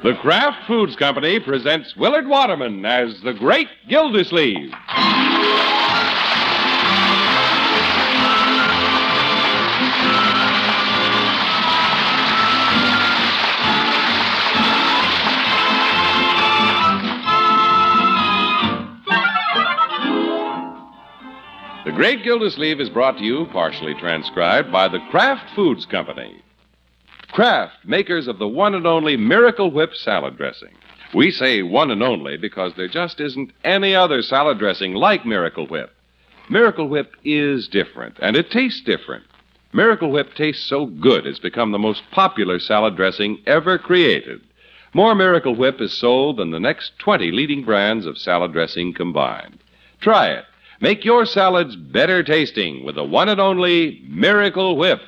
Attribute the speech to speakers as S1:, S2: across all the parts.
S1: The Kraft Foods Company presents Willard Waterman as the Great Gildersleeve. The Great Gildersleeve is brought to you, partially transcribed, by the Kraft Foods Company. Kraft, makers of the one and only Miracle Whip salad dressing. We say one and only because there just isn't any other salad dressing like Miracle Whip. Miracle Whip is different, and it tastes different. Miracle Whip tastes so good it's become the most popular salad dressing ever created. More Miracle Whip is sold than the next 20 leading brands of salad dressing combined. Try it. Make your salads better tasting with the one and only Miracle Whip.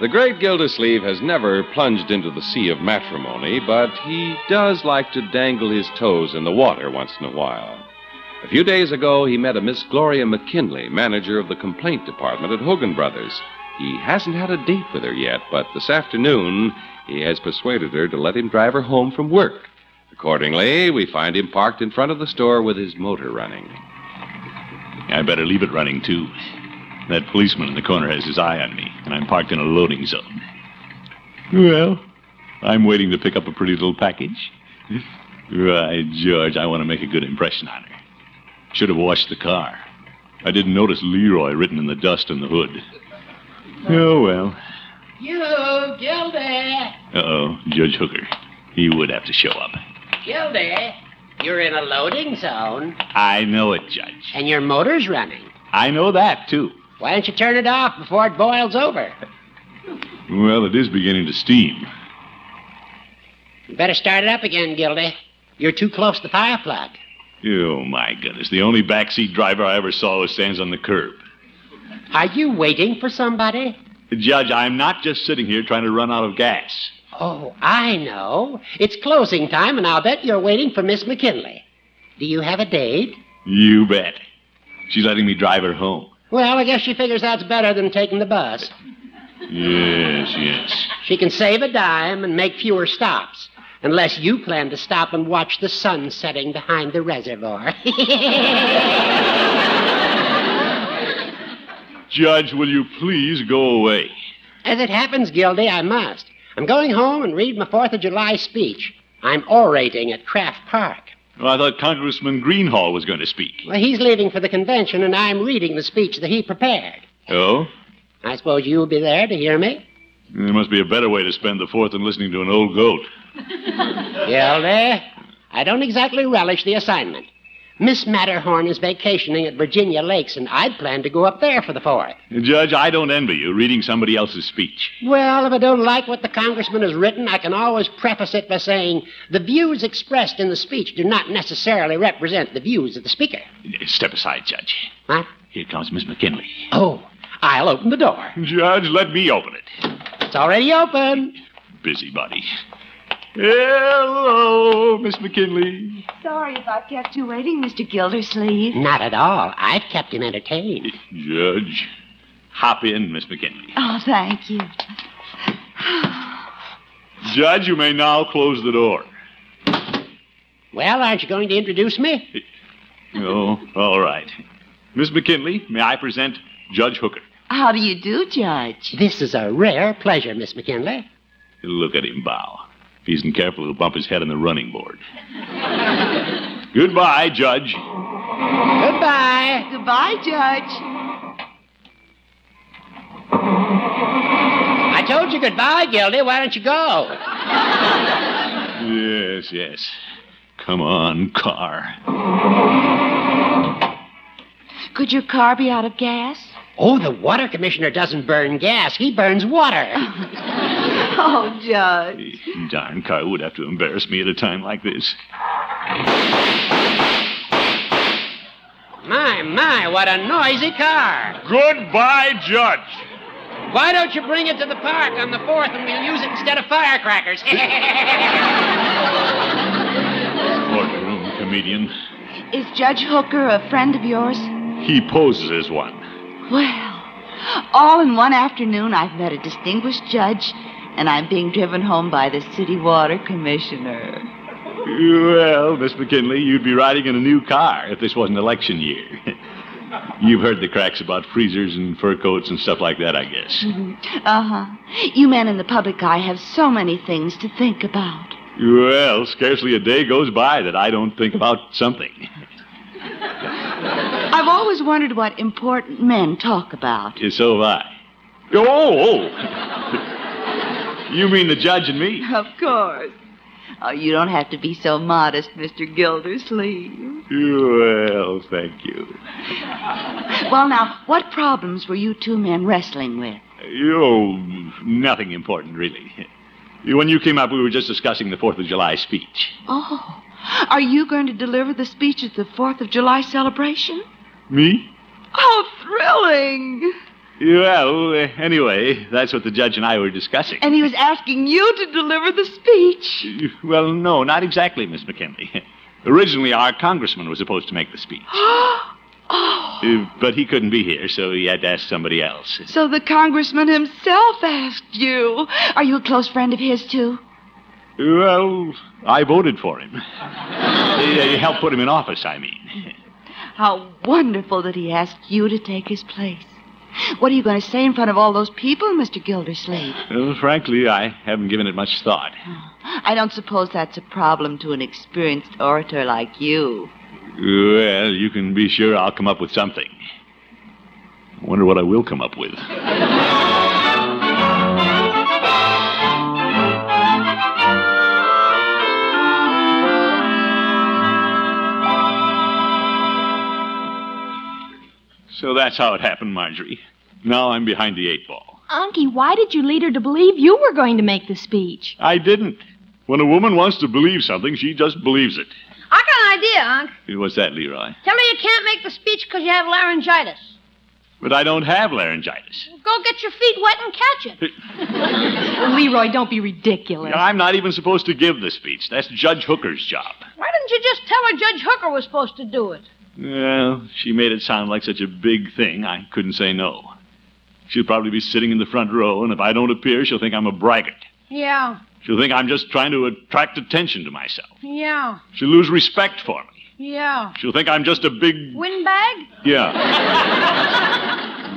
S1: The great Gildersleeve has never plunged into the sea of matrimony, but he does like to dangle his toes in the water once in a while. A few days ago, he met a Miss Gloria McKinley, manager of the complaint department at Hogan Brothers. He hasn't had a date with her yet, but this afternoon he has persuaded her to let him drive her home from work. Accordingly, we find him parked in front of the store with his motor running.
S2: I better leave it running, too. That policeman in the corner has his eye on me, and I'm parked in a loading zone. Well, I'm waiting to pick up a pretty little package. Right, George, I want to make a good impression on her. Should have washed the car. I didn't notice Leroy written in the dust on the hood. Oh, well.
S3: You, Gildy,
S2: Uh oh, Judge Hooker. He would have to show up.
S3: Gildy, you're in a loading zone
S2: I know it, Judge.
S3: and your motor's running.
S2: I know that, too.
S3: Why don't you turn it off before it boils over?
S2: Well, it is beginning to steam.
S3: You better start it up again, Gildy. You're too close to the fire plug.
S2: Oh, my goodness. The only backseat driver I ever saw who stands on the curb.
S3: Are you waiting for somebody?
S2: Judge, I'm not just sitting here trying to run out of gas.
S3: Oh, I know. It's closing time, and I'll bet you're waiting for Miss McKinley. Do you have a date?
S2: You bet. She's letting me drive her home.
S3: Well, I guess she figures that's better than taking the bus.
S2: Yes, yes.
S3: She can save a dime and make fewer stops. Unless you plan to stop and watch the sun setting behind the reservoir.
S2: Judge, will you please go away?
S3: As it happens, Gildy, I must. I'm going home and read my Fourth of July speech. I'm orating at Kraft Park.
S2: Well, I thought Congressman Greenhall was going to speak.
S3: Well, he's leaving for the convention, and I'm reading the speech that he prepared.
S2: Oh?
S3: I suppose you'll be there to hear me?
S2: There must be a better way to spend the fourth than listening to an old goat.
S3: Gildy, I don't exactly relish the assignment. Miss Matterhorn is vacationing at Virginia Lakes, and I'd planned to go up there for the Fourth.
S2: Judge, I don't envy you reading somebody else's speech.
S3: Well, if I don't like what the congressman has written, I can always preface it by saying the views expressed in the speech do not necessarily represent the views of the speaker.
S2: Step aside, Judge.
S3: What?
S2: Here comes Miss McKinley.
S3: Oh, I'll open the door.
S2: Judge, let me open it.
S3: It's already open.
S2: Busybody. Hello, Miss McKinley.
S4: Sorry if I've kept you waiting, Mr. Gildersleeve.
S3: Not at all. I've kept him entertained.
S2: Judge, hop in, Miss McKinley.
S4: Oh, thank you.
S2: Judge, you may now close the door.
S3: Well, aren't you going to introduce me?
S2: Oh, all right. Miss McKinley, may I present Judge Hooker?
S4: How do you do, Judge?
S3: This is a rare pleasure, Miss McKinley.
S2: Look at him bow. If he isn't careful, he'll bump his head on the running board. Goodbye, Judge.
S3: Goodbye.
S4: Goodbye, Judge.
S3: I told you goodbye, Gildy. Why don't you go?
S2: Yes, yes. Come on, car.
S4: Could your car be out of gas?
S3: Oh, the water commissioner doesn't burn gas. He burns water.
S4: Oh, Judge.
S2: Darn car would have to embarrass me at a time like this.
S3: My, my, what a noisy car.
S2: Goodbye, Judge.
S3: Why don't you bring it to the park on the 4th and we'll use it instead of firecrackers?
S2: Courtroom comedian.
S4: Is Judge Hooker a friend of yours?
S2: He poses as one.
S4: Well, all in one afternoon, I've met a distinguished judge, and I'm being driven home by the city water commissioner.
S2: Well, Miss McKinley, you'd be riding in a new car if this wasn't election year. You've heard the cracks about freezers and fur coats and stuff like that, I guess.
S4: Uh huh. You men in the public eye have so many things to think about.
S2: Well, scarcely a day goes by that I don't think about something.
S4: I've always wondered what important men talk about.
S2: So have I. Oh, oh. you mean the judge and me?
S4: Of course. Oh, you don't have to be so modest, Mr. Gildersleeve.
S2: Well, thank you.
S4: Well, now, what problems were you two men wrestling with?
S2: Oh, nothing important, really. When you came up, we were just discussing the Fourth of July speech.
S4: Oh, are you going to deliver the speech at the Fourth of July celebration?
S2: Me?
S4: How thrilling!
S2: Well, uh, anyway, that's what the judge and I were discussing.
S4: And he was asking you to deliver the speech.
S2: Well, no, not exactly, Miss McKinley. Originally, our congressman was supposed to make the speech,
S4: oh,
S2: Uh, but he couldn't be here, so he had to ask somebody else.
S4: so the congressman himself asked you. Are you a close friend of his, too?
S2: Well, I voted for him. uh, He he helped put him in office, I mean.
S4: How wonderful that he asked you to take his place. What are you going to say in front of all those people, Mr. Gildersleeve?
S2: Well, frankly, I haven't given it much thought.
S4: I don't suppose that's a problem to an experienced orator like you.
S2: Well, you can be sure I'll come up with something. I wonder what I will come up with. So that's how it happened, Marjorie. Now I'm behind the eight ball.
S5: Unky, why did you lead her to believe you were going to make the speech?
S2: I didn't. When a woman wants to believe something, she just believes it.
S6: I got an idea, Unc.
S2: What's that, Leroy?
S6: Tell her you can't make the speech because you have laryngitis.
S2: But I don't have laryngitis.
S6: Go get your feet wet and catch it.
S5: Leroy, don't be ridiculous.
S2: I'm not even supposed to give the speech. That's Judge Hooker's job.
S6: Why didn't you just tell her Judge Hooker was supposed to do it?
S2: Well, she made it sound like such a big thing, I couldn't say no. She'll probably be sitting in the front row, and if I don't appear, she'll think I'm a braggart.
S6: Yeah,
S2: She'll think I'm just trying to attract attention to myself.
S6: yeah,
S2: She'll lose respect for me.
S6: yeah.
S2: She'll think I'm just a big.
S6: Windbag?
S2: Yeah.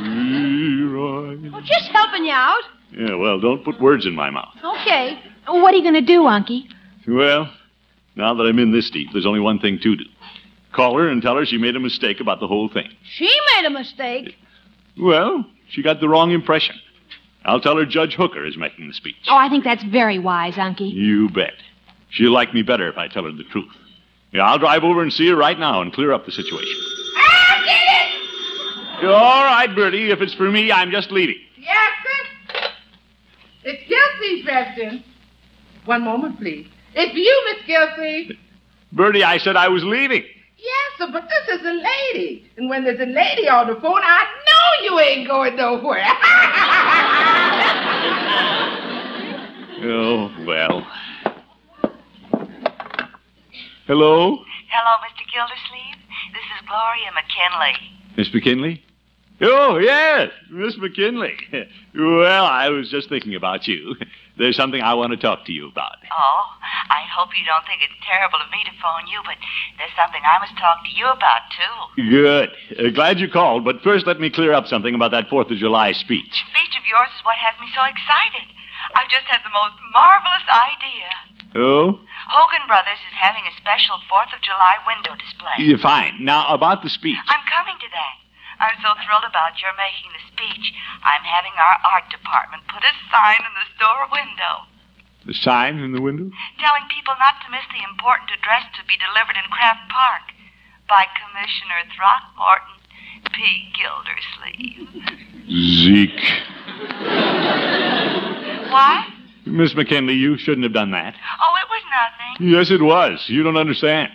S2: Leroy.
S6: Well, just helping you out.
S2: Yeah, well, don't put words in my mouth.
S6: Okay.
S5: What are you going to do, Unky?
S2: Well, now that I'm in this deep, there's only one thing to do call her and tell her she made a mistake about the whole thing.
S6: She made a mistake.
S2: Well, she got the wrong impression. I'll tell her Judge Hooker is making the speech.
S5: Oh, I think that's very wise, Unky.
S2: You bet. She'll like me better if I tell her the truth. Yeah, I'll drive over and see her right now and clear up the situation.
S6: Ah, get it!
S2: All right, Bertie. If it's for me, I'm just leaving.
S7: Jackson? It's Gilsey, Preston. One moment, please. It's you, Miss Gilsey.
S2: Bertie, I said I was leaving.
S7: Yes, sir, but this is a lady. And when there's a lady on the phone, I know you ain't going nowhere.
S2: Oh, well. Hello,
S4: Hello, Mr. Gildersleeve. This is Gloria McKinley.
S2: Miss McKinley? Oh, yes, Miss McKinley. Well, I was just thinking about you. There's something I want to talk to you about.
S4: Oh, I hope you don't think it's terrible of me to phone you, but there's something I must talk to you about, too.
S2: Good. Uh, glad you called, but first let me clear up something about that Fourth of July speech.
S4: Speech of yours is what has me so excited. I've just had the most marvelous idea.
S2: Oh?
S4: Hogan Brothers is having a special 4th of July window display.
S2: Yeah, fine. Now, about the speech.
S4: I'm coming to that. I'm so thrilled about your making the speech. I'm having our art department put a sign in the store window
S2: The sign in the window?
S4: telling people not to miss the important address to be delivered in Craft Park by Commissioner Throckmorton P. Gildersleeve.
S2: Zeke.
S4: What?
S2: Miss McKinley, you shouldn't have done that.
S4: Oh, it was nothing.
S2: Yes, it was. You don't understand.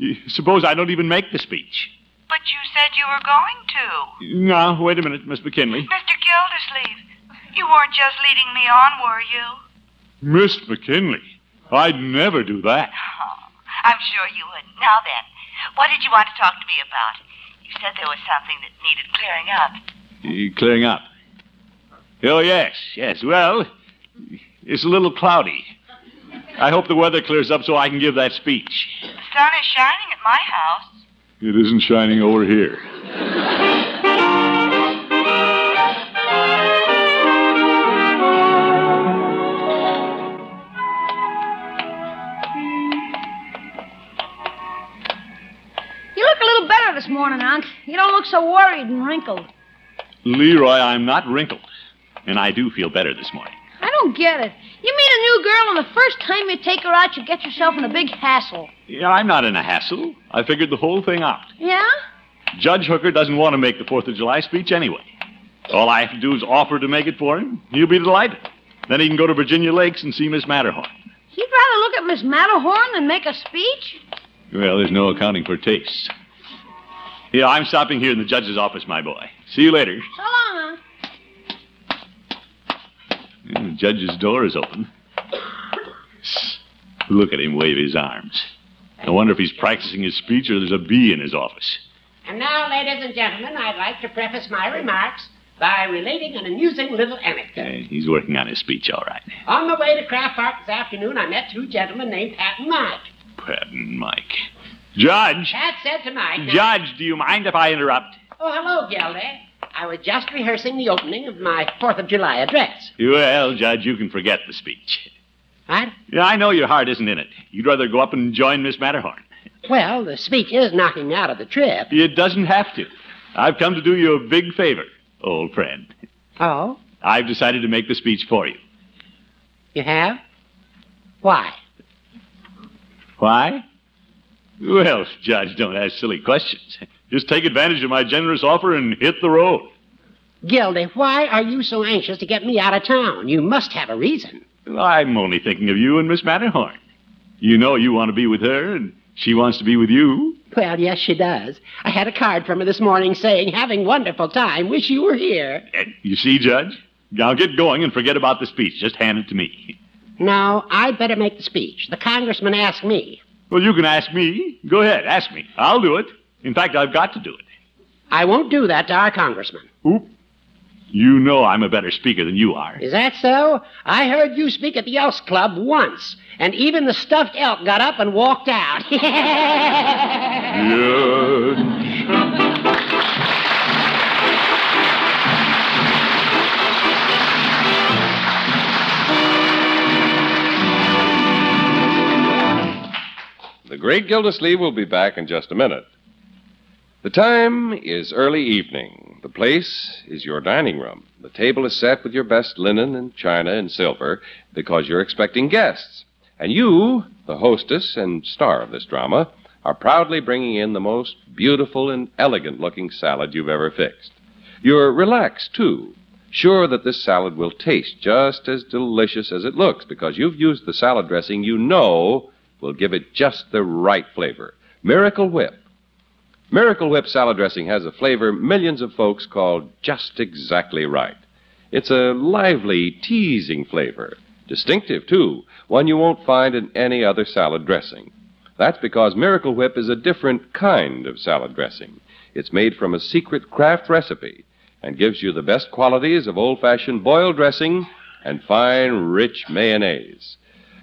S2: Y- Suppose I don't even make the speech.
S4: But you said you were going to.
S2: Now, wait a minute, Miss McKinley.
S4: Mr. Gildersleeve, you weren't just leading me on, were you?
S2: Miss McKinley, I'd never do that.
S4: Oh, I'm sure you would. Now then, What did you want to talk to me about? You said there was something that needed clearing up.
S2: Uh, clearing up. Oh, yes, yes. Well, it's a little cloudy. I hope the weather clears up so I can give that speech.
S4: The sun is shining at my house.
S2: It isn't shining over here.
S6: You look a little better this morning, Unc. You don't look so worried and wrinkled.
S2: Leroy, I'm not wrinkled. And I do feel better this morning.
S6: I don't get it. You meet a new girl, and the first time you take her out, you get yourself in a big hassle.
S2: Yeah, I'm not in a hassle. I figured the whole thing out.
S6: Yeah?
S2: Judge Hooker doesn't want to make the Fourth of July speech anyway. All I have to do is offer to make it for him. He'll be delighted. Then he can go to Virginia Lakes and see Miss Matterhorn.
S6: You'd rather look at Miss Matterhorn than make a speech?
S2: Well, there's no accounting for tastes. Yeah, I'm stopping here in the judge's office, my boy. See you later.
S6: So long, Unc.
S2: Yeah, The judge's door is open. Look at him wave his arms. I wonder if he's practicing his speech or there's a bee in his office.
S3: And now, ladies and gentlemen, I'd like to preface my remarks by relating an amusing little anecdote.
S2: Eh, he's working on his speech, all right.
S3: On my way to Craft Park this afternoon, I met two gentlemen named Pat and Mike.
S2: Pat and Mike. Judge!
S3: Pat said to Mike,
S2: Judge, do you mind if I interrupt?
S3: Oh, hello, Gildy. I was just rehearsing the opening of my Fourth of July address.
S2: Well, Judge, you can forget the speech.
S3: What?
S2: Yeah, I know your heart isn't in it. You'd rather go up and join Miss Matterhorn.
S3: Well, the speech is knocking me out of the trip.
S2: It doesn't have to. I've come to do you a big favor, old friend.
S3: Oh,
S2: I've decided to make the speech for you.
S3: you have? Why?
S2: Why? Well, Judge, don't ask silly questions. Just take advantage of my generous offer and hit the road.
S3: Gildy, why are you so anxious to get me out of town? You must have a reason.
S2: I'm only thinking of you and Miss Matterhorn. You know you want to be with her, and she wants to be with you.
S3: Well, yes, she does. I had a card from her this morning saying, having wonderful time, wish you were here.
S2: Eh, You see, Judge? Now get going and forget about the speech. Just hand it to me.
S3: No, I'd better make the speech. The congressman asked me.
S2: Well, you can ask me. Go ahead, ask me. I'll do it. In fact, I've got to do it.
S3: I won't do that to our congressman.
S2: Oop. You know I'm a better speaker than you are.
S3: Is that so? I heard you speak at the Elks Club once, and even the stuffed elk got up and walked out.
S2: Judge.
S1: The great Gildersleeve will be back in just a minute. The time is early evening. The place is your dining room. The table is set with your best linen and china and silver because you're expecting guests. And you, the hostess and star of this drama, are proudly bringing in the most beautiful and elegant looking salad you've ever fixed. You're relaxed, too, sure that this salad will taste just as delicious as it looks because you've used the salad dressing you know will give it just the right flavor. Miracle Whip. Miracle Whip salad dressing has a flavor millions of folks call just exactly right. It's a lively, teasing flavor. Distinctive, too, one you won't find in any other salad dressing. That's because Miracle Whip is a different kind of salad dressing. It's made from a secret craft recipe and gives you the best qualities of old fashioned boiled dressing and fine, rich mayonnaise.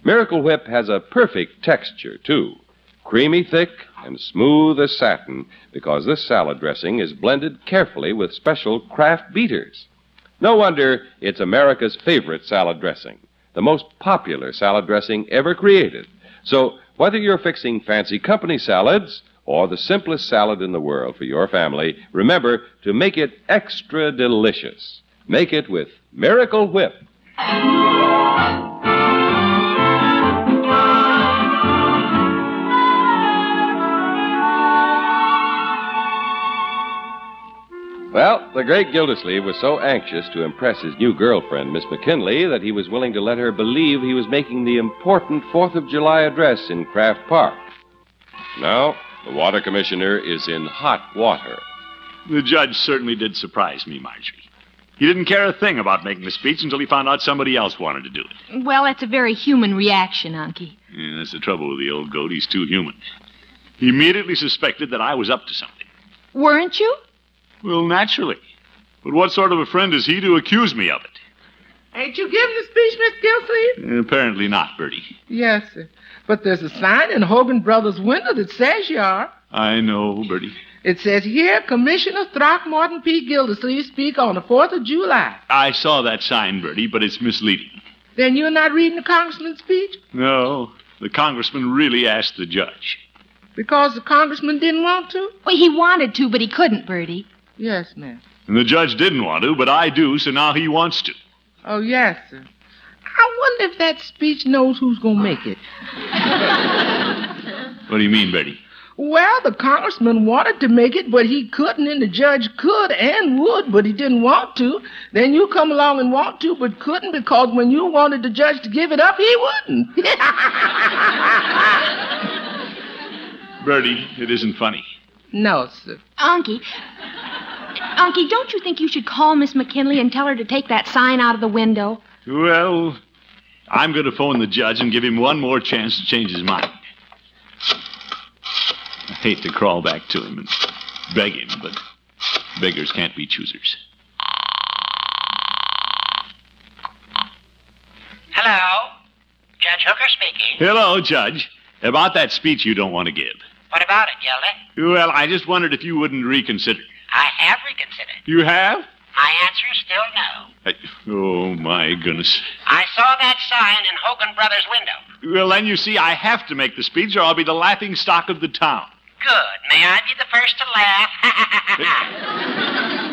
S1: Miracle Whip has a perfect texture, too. Creamy thick and smooth as satin because this salad dressing is blended carefully with special craft beaters. No wonder it's America's favorite salad dressing, the most popular salad dressing ever created. So, whether you're fixing fancy company salads or the simplest salad in the world for your family, remember to make it extra delicious. Make it with Miracle Whip. Well, the great Gildersleeve was so anxious to impress his new girlfriend, Miss McKinley, that he was willing to let her believe he was making the important Fourth of July address in Craft Park. Now, the water commissioner is in hot water.
S2: The judge certainly did surprise me, Marjorie. He didn't care a thing about making the speech until he found out somebody else wanted to do it.
S5: Well, that's a very human reaction, Unky.
S2: Yeah, that's the trouble with the old goat. He's too human. He immediately suspected that I was up to something.
S6: Weren't you?
S2: Well, naturally. But what sort of a friend is he to accuse me of it?
S4: Ain't you giving the speech, Miss Gilsleeve?
S2: Apparently not, Bertie.
S4: Yes, sir. But there's a sign in Hogan Brothers' window that says you are.
S2: I know, Bertie.
S4: It says here, Commissioner Throckmorton P. Gildersleeve speak on the 4th of July.
S2: I saw that sign, Bertie, but it's misleading.
S4: Then you're not reading the congressman's speech?
S2: No, the congressman really asked the judge.
S4: Because the congressman didn't want to?
S6: Well, he wanted to, but he couldn't, Bertie.
S4: Yes, ma'am.
S2: And the judge didn't want to, but I do, so now he wants to.
S4: Oh, yes, sir. I wonder if that speech knows who's going to make it.
S2: What do you mean, Bertie?
S4: Well, the congressman wanted to make it, but he couldn't, and the judge could and would, but he didn't want to. Then you come along and want to, but couldn't, because when you wanted the judge to give it up, he wouldn't.
S2: Bertie, it isn't funny.
S4: no, sir.
S6: Unky. Unky, don't you think you should call Miss McKinley and tell her to take that sign out of the window?
S2: Well, I'm going to phone the judge and give him one more chance to change his mind. I hate to crawl back to him and beg him, but beggars can't be choosers.
S3: Hello? Judge Hooker speaking.
S2: Hello, Judge. About that speech you don't want to give.
S3: What about it, Gilda?
S2: Well, I just wondered if you wouldn't reconsider.
S3: I have reconsidered.
S2: You have?
S3: My answer is still no.
S2: I- oh, my goodness.
S3: I saw that sign in Hogan Brothers' window.
S2: Well, then you see, I have to make the speech or I'll be the laughing stock of the town.
S3: Good. May I be the first to laugh?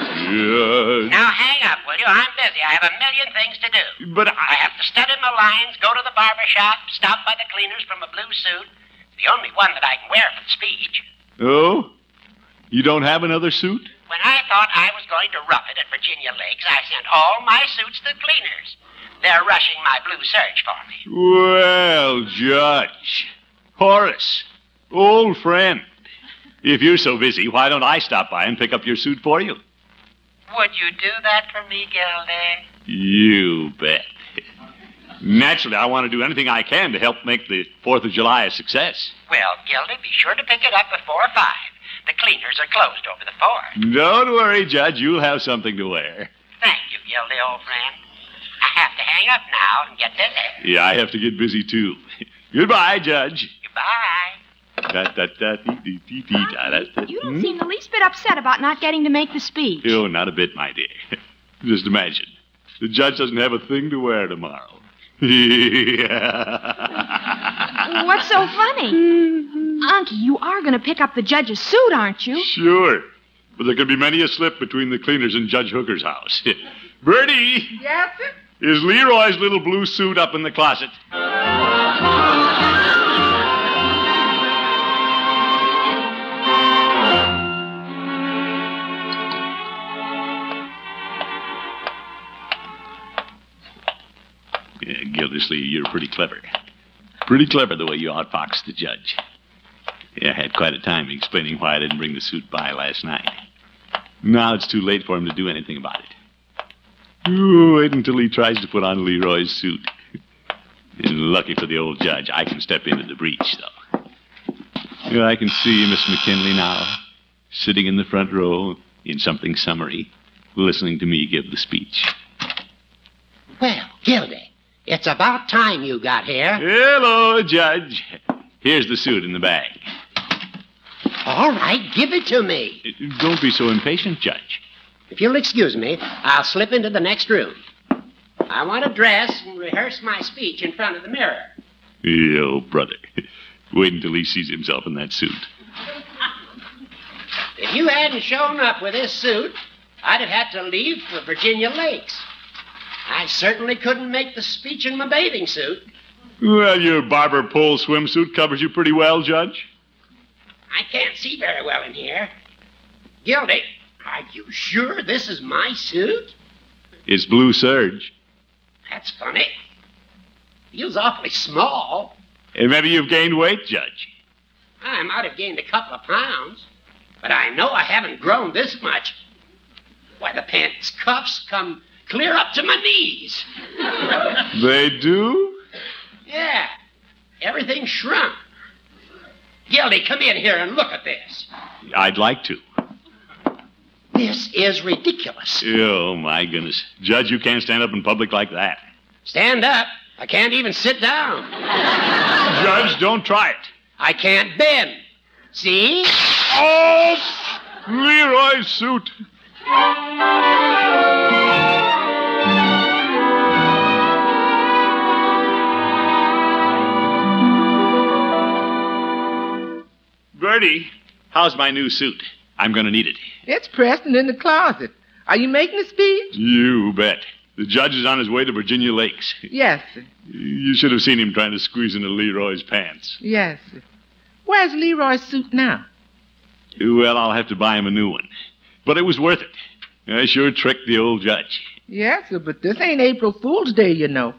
S2: Judge.
S3: now hang up, will you? I'm busy. I have a million things to do.
S2: But
S3: I
S2: I.
S3: have to study my lines, go to the barber shop, stop by the cleaners from a blue suit. The only one that I can wear for the speech.
S2: Oh? You don't have another suit?
S3: When I thought I was going to rough it at Virginia Lakes, I sent all my suits to the cleaners. They're rushing my blue serge for me.
S2: Well, Judge. Horace, old friend. If you're so busy, why don't I stop by and pick up your suit for you?
S3: Would you do that for me, Gildy?
S2: You bet. Naturally, I want to do anything I can to help make the 4th of July a success.
S3: Well, Gildy, be sure to pick it up before five. The cleaners are closed over the four.
S2: Don't worry, Judge. You'll have something to wear.
S3: Thank you, Gildy, old friend. I have to hang up now and get busy.
S2: Yeah, I have to get busy, too. Goodbye, Judge.
S3: Goodbye.
S2: Da, da, da, dee, dee, dee, dee, da, da, da.
S6: You don't
S2: Hmm?
S6: seem the least bit upset about not getting to make the speech.
S2: Oh, not a bit, my dear. Just imagine. The judge doesn't have a thing to wear tomorrow.
S6: What's so funny? Unky, you are going to pick up the judge's suit, aren't you?
S2: Sure. But there could be many a slip between the cleaners and Judge Hooker's house. Bertie,
S4: Yes, sir.
S2: is Leroy's little blue suit up in the closet? Yeah, Gildersleeve, you're pretty clever. Pretty clever the way you outfoxed the judge. Yeah, I had quite a time explaining why I didn't bring the suit by last night. Now it's too late for him to do anything about it. Ooh, wait until he tries to put on Leroy's suit. And lucky for the old judge, I can step into the breach, though. Here I can see you, Miss McKinley, now, sitting in the front row in something summary, listening to me give the speech.
S8: Well, Gildy, it's about time you got here.
S2: Hello, Judge. Here's the suit in the bag.
S8: All right, give it to me.
S2: Don't be so impatient, Judge.
S8: If you'll excuse me, I'll slip into the next room. I want to dress and rehearse my speech in front of the mirror.
S2: Yo, brother. Wait until he sees himself in that suit.
S8: If you hadn't shown up with this suit, I'd have had to leave for Virginia Lakes. I certainly couldn't make the speech in my bathing suit.
S2: Well, your barber pole swimsuit covers you pretty well, Judge.
S8: I can't see very well in here. Gildy, are you sure this is my suit?
S2: It's blue serge.
S8: That's funny. Feels awfully small.
S2: And maybe you've gained weight, Judge.
S8: I might have gained a couple of pounds, but I know I haven't grown this much. Why, the pants cuffs come clear up to my knees.
S2: They do?
S8: Yeah, everything shrunk.
S3: Gildy, come in here and look at this.
S2: I'd like to.
S3: This is ridiculous.
S2: Oh, my goodness. Judge, you can't stand up in public like that.
S3: Stand up. I can't even sit down.
S2: Judge, don't try it.
S3: I can't bend. See?
S2: Oh, Leroy suit. Bertie, how's my new suit? I'm going to need it.
S7: It's pressed and in the closet. Are you making a speech?
S2: You bet. The judge is on his way to Virginia Lakes.
S7: Yes, sir.
S2: You should have seen him trying to squeeze into Leroy's pants.
S7: Yes. sir. Where's Leroy's suit now?
S2: Well, I'll have to buy him a new one. But it was worth it. I sure tricked the old judge.
S7: Yes, sir, but this ain't April Fool's Day, you know.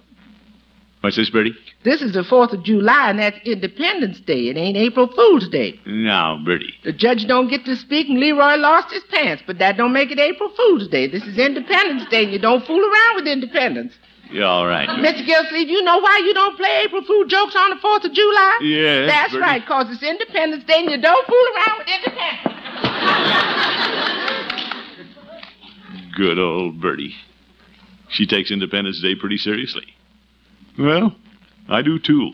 S2: What's this, Bertie?
S7: This is the 4th of July, and that's Independence Day. It ain't April Fool's Day.
S2: Now, Bertie.
S7: The judge don't get to speak, and Leroy lost his pants, but that don't make it April Fool's Day. This is Independence Day, and you don't fool around with independence.
S2: Yeah, all right.
S7: Mr. Gillsleeve, you know why you don't play April Fool jokes on the 4th of July?
S2: Yes,
S7: That's
S2: Bertie.
S7: right, 'cause it's Independence Day, and you don't fool around with independence.
S2: Good old Bertie. She takes Independence Day pretty seriously. Well, I do too.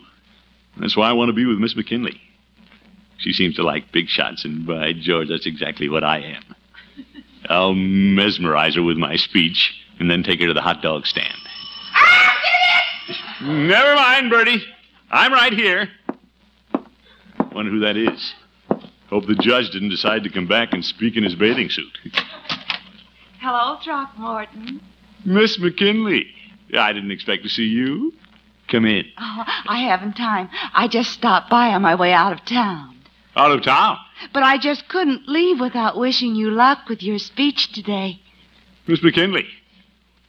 S2: That's why I want to be with Miss McKinley. She seems to like big shots, and by George, that's exactly what I am. I'll mesmerize her with my speech and then take her to the hot dog stand. Never mind, Bertie. I'm right here. Wonder who that is. Hope the judge didn't decide to come back and speak in his bathing suit.
S4: Hello, Throckmorton.
S2: Miss McKinley, I didn't expect to see you. Come in.
S4: Oh, I haven't time. I just stopped by on my way out of town.
S2: Out of town.
S4: But I just couldn't leave without wishing you luck with your speech today.
S2: Miss McKinley,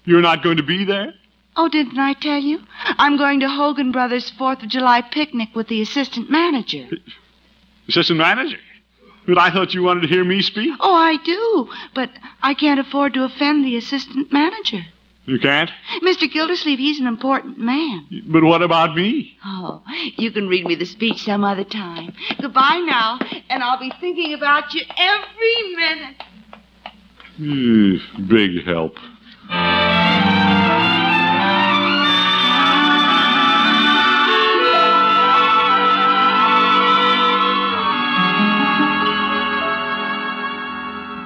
S2: you're not going to be there?
S4: Oh, didn't I tell you? I'm going to Hogan Brothers' Fourth of July picnic with the assistant manager.
S2: Assistant manager. But I thought you wanted to hear me speak.
S4: Oh, I do, but I can't afford to offend the assistant manager.
S2: You can't?
S4: Mr. Gildersleeve, he's an important man.
S2: But what about me?
S4: Oh, you can read me the speech some other time. Goodbye now, and I'll be thinking about you every minute.
S2: Eh, Big help.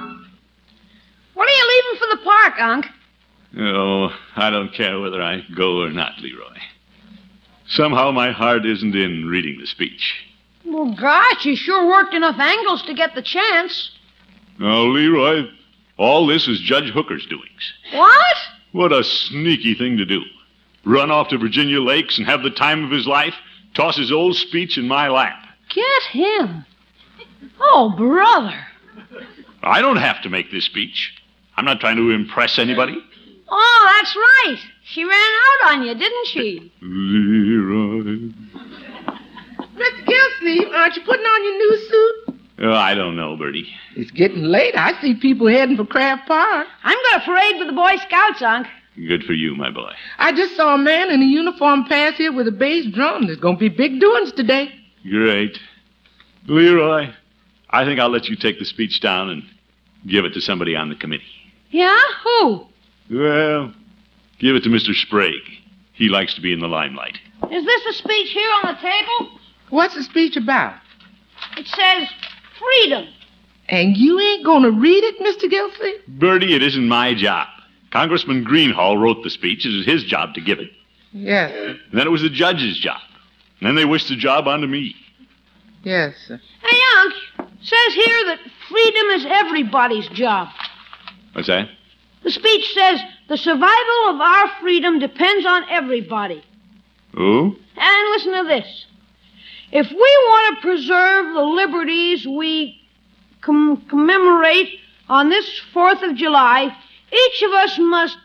S6: When are you leaving for the park, Unc?
S2: Oh, I don't care whether I go or not, Leroy. Somehow my heart isn't in reading the speech.
S6: Well, gosh, you sure worked enough angles to get the chance.
S2: Now, Leroy, all this is Judge Hooker's doings.
S6: What?
S2: What a sneaky thing to do. Run off to Virginia Lakes and have the time of his life, toss his old speech in my lap.
S6: Get him. Oh, brother.
S2: I don't have to make this speech. I'm not trying to impress anybody.
S6: Oh, that's right. She ran out on you, didn't she?
S2: Leroy.
S7: Mr. Gillsleeve, aren't you putting on your new suit?
S2: Oh, I don't know, Bertie.
S7: It's getting late. I see people heading for Craft Park.
S6: I'm going to parade with the Boy Scouts, Unc.
S2: Good for you, my boy.
S7: I just saw a man in a uniform pass here with a bass drum. There's going to be big doings today.
S2: Great. Leroy, I think I'll let you take the speech down and give it to somebody on the committee.
S6: Yeah? Who?
S2: Well, give it to Mr. Sprague. He likes to be in the limelight.
S6: Is this the speech here on the table?
S7: What's the speech about?
S6: It says freedom.
S7: And you ain't going to read it, Mr. Gillsleeve?
S2: Bertie, it isn't my job. Congressman Greenhall wrote the speech. It was his job to give it.
S7: Yes,
S2: And then it was the judge's job. And then they wished the job onto me.
S7: yes, sir.
S6: Hey, Unc, says here that freedom is everybody's job.
S2: What's that?
S6: The speech says the survival of our freedom depends on everybody.
S2: Oh?
S6: And listen to this. If we want to preserve the liberties we com- commemorate on this 4th of July, each of us must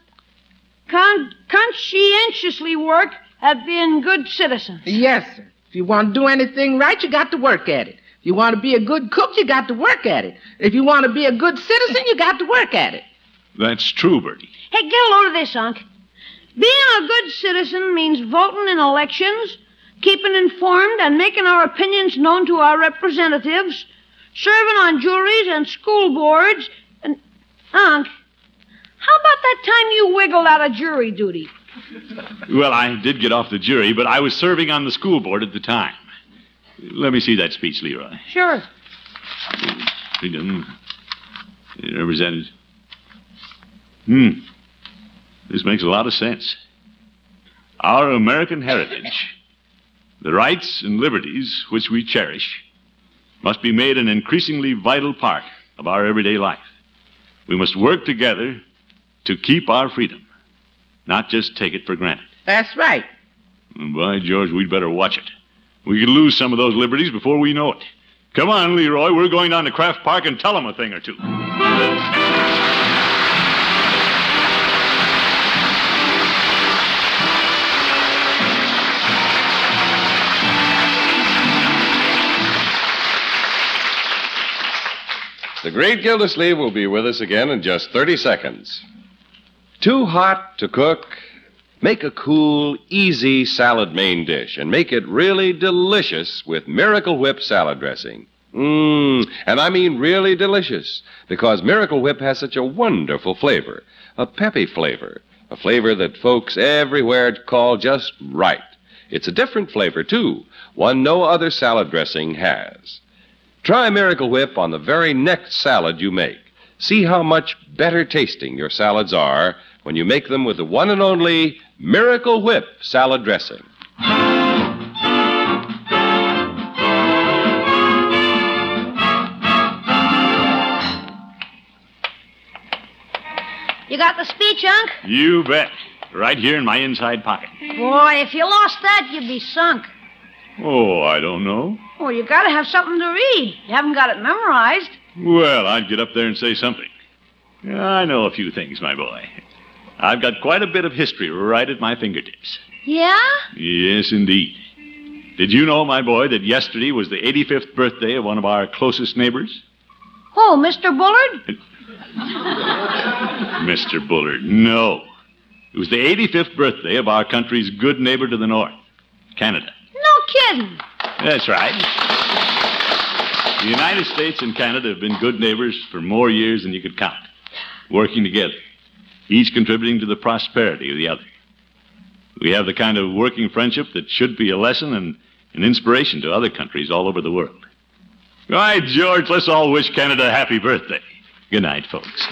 S6: con- conscientiously work at being good citizens.
S7: Yes, sir. If you want to do anything right, you got to work at it. If you want to be a good cook, you got to work at it. If you want to be a good citizen, you got to work at it.
S2: That's true, Bertie.
S6: Hey, get a load of this, Unc. Being a good citizen means voting in elections, keeping informed and making our opinions known to our representatives, serving on juries and school boards, and. Unc, how about that time you wiggled out of jury duty?
S2: Well, I did get off the jury, but I was serving on the school board at the time. Let me see that speech, Leroy.
S6: Sure.
S2: Freedom. Represented. Hmm. This makes a lot of sense. Our American heritage, the rights and liberties which we cherish, must be made an increasingly vital part of our everyday life. We must work together to keep our freedom, not just take it for granted.
S9: That's right.
S2: And by George, we'd better watch it. We could lose some of those liberties before we know it. Come on, Leroy. We're going down to Kraft Park and tell them a thing or two.
S1: The great Gildersleeve will be with us again in just 30 seconds. Too hot to cook? Make a cool, easy salad main dish and make it really delicious with Miracle Whip salad dressing. Mmm, and I mean really delicious because Miracle Whip has such a wonderful flavor a peppy flavor, a flavor that folks everywhere call just right. It's a different flavor, too, one no other salad dressing has. Try Miracle Whip on the very next salad you make. See how much better tasting your salads are when you make them with the one and only Miracle Whip salad dressing.
S6: You got the speech, Unc?
S2: You bet. Right here in my inside pocket.
S6: Boy, if you lost that, you'd be sunk.
S2: Oh, I don't know.
S6: Well, you gotta have something to read. You haven't got it memorized.
S2: Well, I'd get up there and say something. Yeah, I know a few things, my boy. I've got quite a bit of history right at my fingertips.
S6: Yeah?
S2: Yes, indeed. Did you know, my boy, that yesterday was the 85th birthday of one of our closest neighbors?
S6: Oh, Mr. Bullard?
S2: Mr. Bullard, no. It was the 85th birthday of our country's good neighbor to the north, Canada.
S6: No kidding.
S2: That's right. The United States and Canada have been good neighbors for more years than you could count, working together, each contributing to the prosperity of the other. We have the kind of working friendship that should be a lesson and an inspiration to other countries all over the world. All right, George, let's all wish Canada a happy birthday. Good night, folks.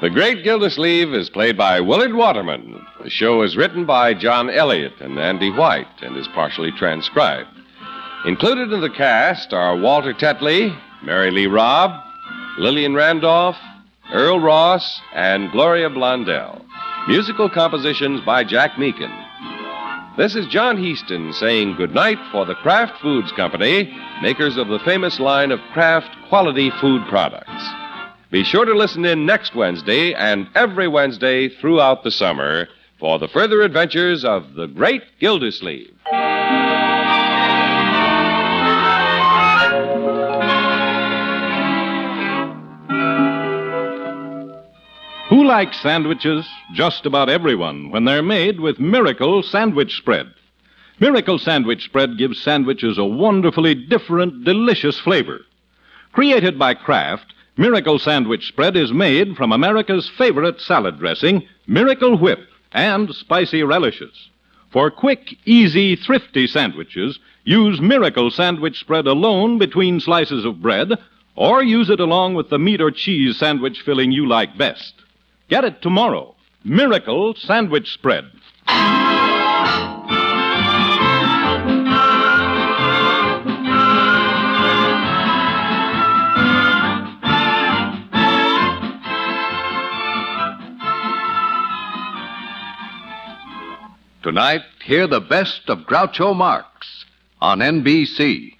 S1: The Great Gildersleeve is played by Willard Waterman. The show is written by John Elliott and Andy White and is partially transcribed. Included in the cast are Walter Tetley, Mary Lee Robb, Lillian Randolph, Earl Ross, and Gloria Blondell. Musical compositions by Jack Meakin. This is John Heaston saying goodnight for the Kraft Foods Company, makers of the famous line of Kraft quality food products. Be sure to listen in next Wednesday and every Wednesday throughout the summer for the further adventures of the great Gildersleeve.
S10: Who likes sandwiches? Just about everyone when they're made with Miracle Sandwich Spread. Miracle Sandwich Spread gives sandwiches a wonderfully different, delicious flavor. Created by Kraft, Miracle Sandwich Spread is made from America's favorite salad dressing, Miracle Whip, and spicy relishes. For quick, easy, thrifty sandwiches, use Miracle Sandwich Spread alone between slices of bread, or use it along with the meat or cheese sandwich filling you like best. Get it tomorrow. Miracle Sandwich Spread.
S11: Tonight, hear the best of Groucho Marx on NBC.